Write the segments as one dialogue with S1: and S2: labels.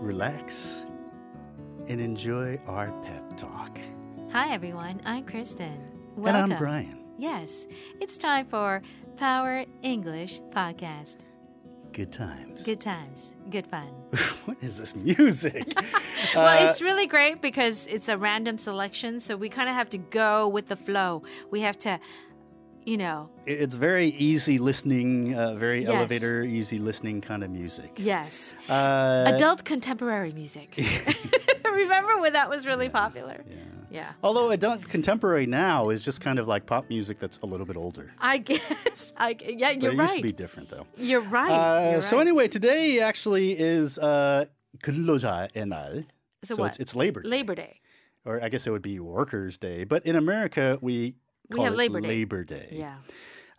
S1: relax, and enjoy our pep talk.
S2: Hi, everyone. I'm Kristen.
S1: And
S2: Welcome.
S1: I'm Brian.
S2: Yes, it's time for Power English Podcast.
S1: Good times.
S2: Good times, good fun.
S1: what is this music?
S2: well,
S1: Uh,
S2: it's really great because it's a random selection, so we kind of have to go with the flow. We have to, you know,
S1: It- It's very easy listening, uh, very
S2: Yes.
S1: elevator, easy listening kind of music.
S2: yes,
S1: Uh,
S2: adult contemporary music. Remember when that was really popular? Yeah.
S1: although adult contemporary now is just kind of like pop music that's a little bit older.
S2: I guess. I g- yeah,
S1: But
S2: Ah, you're
S1: it used to
S2: right.
S1: be different though.
S2: You're right.
S1: Uh,
S2: you're
S1: So
S2: right.
S1: anyway, today actually is uh, 근로자 NL.
S2: So
S1: so
S2: what?
S1: it's, it's Labor Day.
S2: Labor Day.
S1: or I guess it would be Workers' Day, but in America we
S2: We
S1: call
S2: have
S1: it
S2: Labor Day.
S1: Labor Day.
S2: Yeah.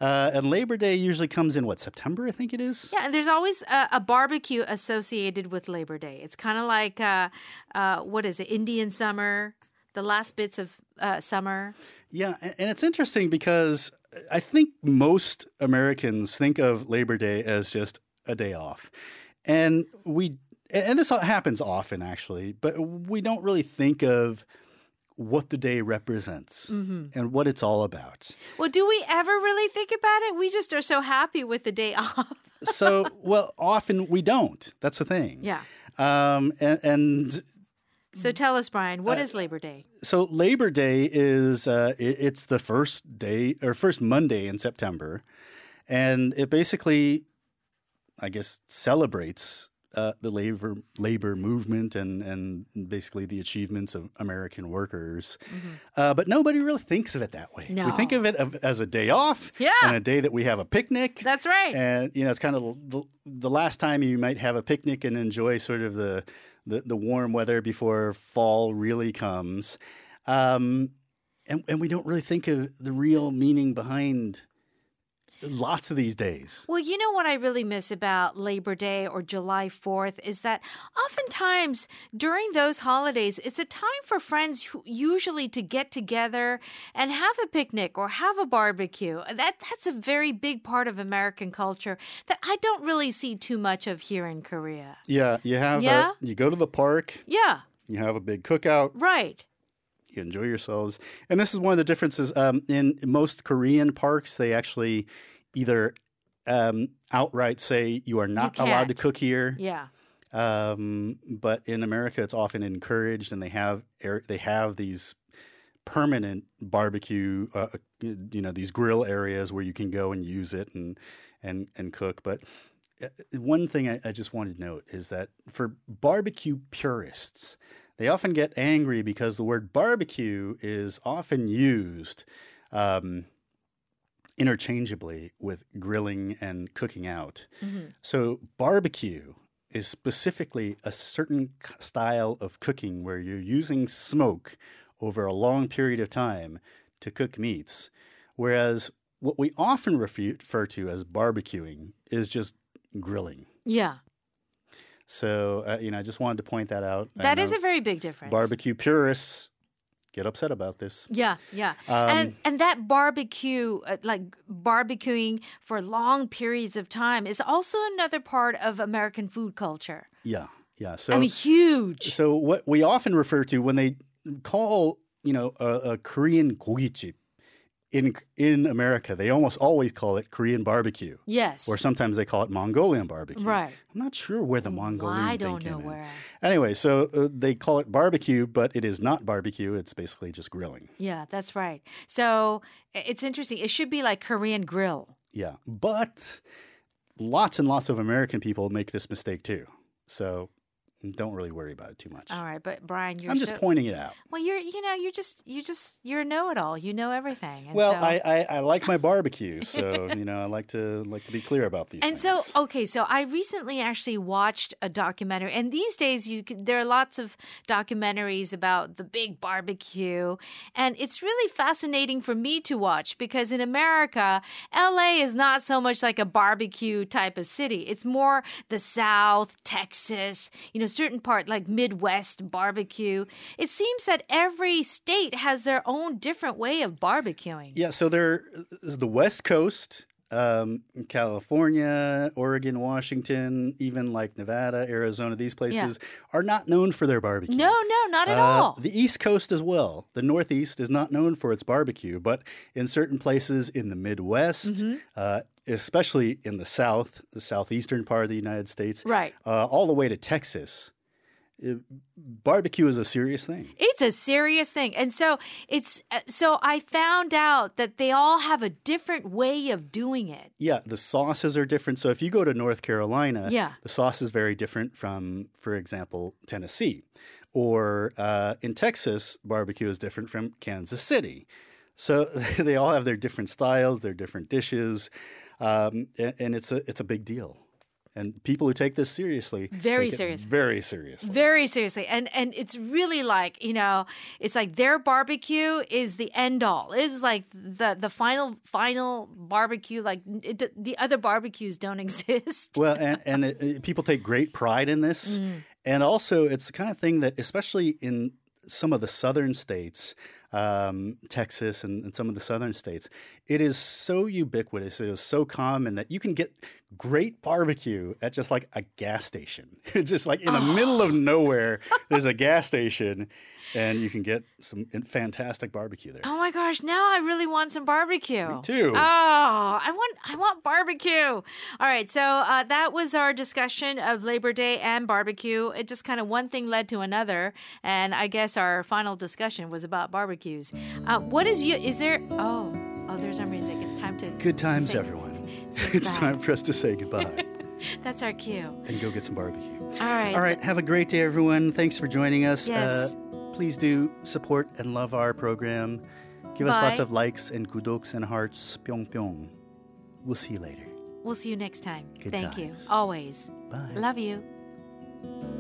S1: Uh, and Labor Day usually comes in what September, I think it is.
S2: Yeah, and there's always a, a barbecue associated with Labor Day. It's kind of like uh, uh, what is it? Indian summer, the last bits of uh, summer.
S1: Yeah, a- and it's interesting because I think most Americans think of Labor Day as just a day off, and we and this happens often actually, but we don't really think of what the day represents
S2: Mm-hmm.
S1: and what it's all about.
S2: Well, do we ever really think about it? We just are so happy with the day off.
S1: so, well, often we don't. That's the thing.
S2: yeah.
S1: Um, and, and
S2: So tell us, Brian, what is Labor Day?
S1: so Labor Day is uh, i it's the first day or first Monday in September, and it basically, I guess, celebrates uh, the labor labor movement and and basically the achievements of American workers. Uh, but nobody really thinks of it that way. We think
S2: Mm-hmm. No.
S1: of it of- as a day off,
S2: Yeah.
S1: and a day that we have a picnic.
S2: That's right.
S1: And you know, it's kind of the, the last time you might have a picnic and enjoy sort of the the, the warm weather before fall really comes. Um, and, and we don't really think of the real meaning behind lots of these days.
S2: Well, you know what I really miss about Labor Day or July 4th is that oftentimes during those holidays, it's a time for friends who usually to get together and have a picnic or have a barbecue. That that's a very big part of American culture that I don't really see too much of here in Korea.
S1: Yeah, you have
S2: Yeah.
S1: A, you go to the park,
S2: Yeah,
S1: you have a big cookout,
S2: right.
S1: you enjoy yourselves. And this is one of the differences um, in most Korean parks. They actually either um, outright say you are not allowed to
S2: can't.
S1: cook here.
S2: Yeah.
S1: um, but in America, it's often encouraged, and they have air, they have these permanent barbecue, uh, you know, these grill areas where you can go and use it and and and cook. But uh, one thing I, I just wanted to note is that for barbecue purists, they often get angry because the word barbecue is often used. Um, interchangeably with grilling and cooking out.
S2: Mm-hmm.
S1: So barbecue is specifically a certain c- style of cooking where you're using smoke over a long period of time to cook meats, whereas what we often refu- refer to as barbecuing is just grilling.
S2: Yeah.
S1: So uh, you know, I just wanted to point that out. I
S2: That is
S1: know
S2: a very big difference.
S1: barbecue purists get upset about this.
S2: Yeah, yeah,
S1: Um,
S2: and and that barbecue, uh, like barbecuing for long periods of time, is also another part of American food culture.
S1: Yeah, yeah. So
S2: I mean, huge.
S1: So what we often refer to when they call, you know, a, a Korean gogichip in in America, they almost always call it Korean barbecue,
S2: Yes,
S1: or sometimes they call it Mongolian barbecue.
S2: Right.
S1: I'm not sure where the Mongolian.
S2: I
S1: thing
S2: don't
S1: came
S2: know
S1: in.
S2: where.
S1: Anyway, so uh, they call it barbecue, but it is not barbecue. It's basically just grilling.
S2: Yeah, that's right. So i- it's interesting. It should be like Korean grill.
S1: Yeah, but lots and lots of American people make this mistake too. So don't really worry about it too much.
S2: All right, but Brian, you're
S1: I'm just
S2: so-
S1: pointing it out.
S2: well. You're you know you're just you just you're a know-it-all. You know everything. And
S1: Well,
S2: so-
S1: I, I, I like my barbecue, so you know I like to like to be clear about these.
S2: And so,
S1: things.
S2: okay, so I recently actually watched a documentary, and these days you can, there are lots of documentaries about the big barbecue, and it's really fascinating for me to watch because in America, LA is not so much like a barbecue type of city. It's more the South, Texas, you know, certain part like Midwest barbecue. It seems that every state has their own different way of barbecuing.
S1: yeah, so there is the West Coast um, California, Oregon, Washington, even like Nevada, Arizona, these places are not known for their barbecue.
S2: No, no, not at
S1: Uh,
S2: all.
S1: The East Coast as well. The Northeast is not known for its barbecue, but in certain places in the Midwest,
S2: Mm-hmm.
S1: uh, especially in the South, the southeastern part of the United States,
S2: right.
S1: uh, all the way to Texas, uh, barbecue is a serious thing.
S2: It's a serious thing. And so it's uh, so I found out that they all have a different way of doing it.
S1: Yeah, the sauces are different. So if you go to North Carolina,
S2: Yeah.
S1: the sauce is very different from, for example, Tennessee. Or uh, in Texas, barbecue is different from Kansas City. So they all have their different styles, their different dishes, um, and, and it's a it's a big deal. And people who take this seriously,
S2: Very
S1: take it
S2: seriously.
S1: very seriously.
S2: Very seriously. And and it's really like, you know, it's like their barbecue is the end all. It's like the the final final barbecue like it, d- the other barbecues don't exist.
S1: well, and, and it, it- people take great pride in this. And also, it's the kind of thing that, especially in some of the southern states, um, Texas and, and some of the southern states, it is so ubiquitous. It is so common that you can get great barbecue at just like a gas station. just like in the middle of nowhere, there's a gas station, and you can get some fantastic barbecue there.
S2: Oh my gosh, now I really want some barbecue. Me
S1: too.
S2: Oh, I want I want barbecue. All right, so uh, that was our discussion of Labor Day and barbecue. It just kind of one thing led to another, and I guess our final discussion was about barbecues. Uh, what is you is there oh oh there's our music. It's time to
S1: Good
S2: to
S1: times,
S2: say-
S1: everyone.
S2: say
S1: It's
S2: goodbye.
S1: time for us to say goodbye
S2: That's our cue.
S1: and go get some barbecue.
S2: All right.
S1: All right. Have a great day, everyone. Thanks for joining us. Uh,
S2: Yes.
S1: please do support and love our program. Give us lots
S2: Bye.
S1: of likes and kudoks and hearts. Pyong pyong. We'll see you later.
S2: We'll see you next time.
S1: Good
S2: Thank you.
S1: times.
S2: Always.
S1: Bye.
S2: Love you.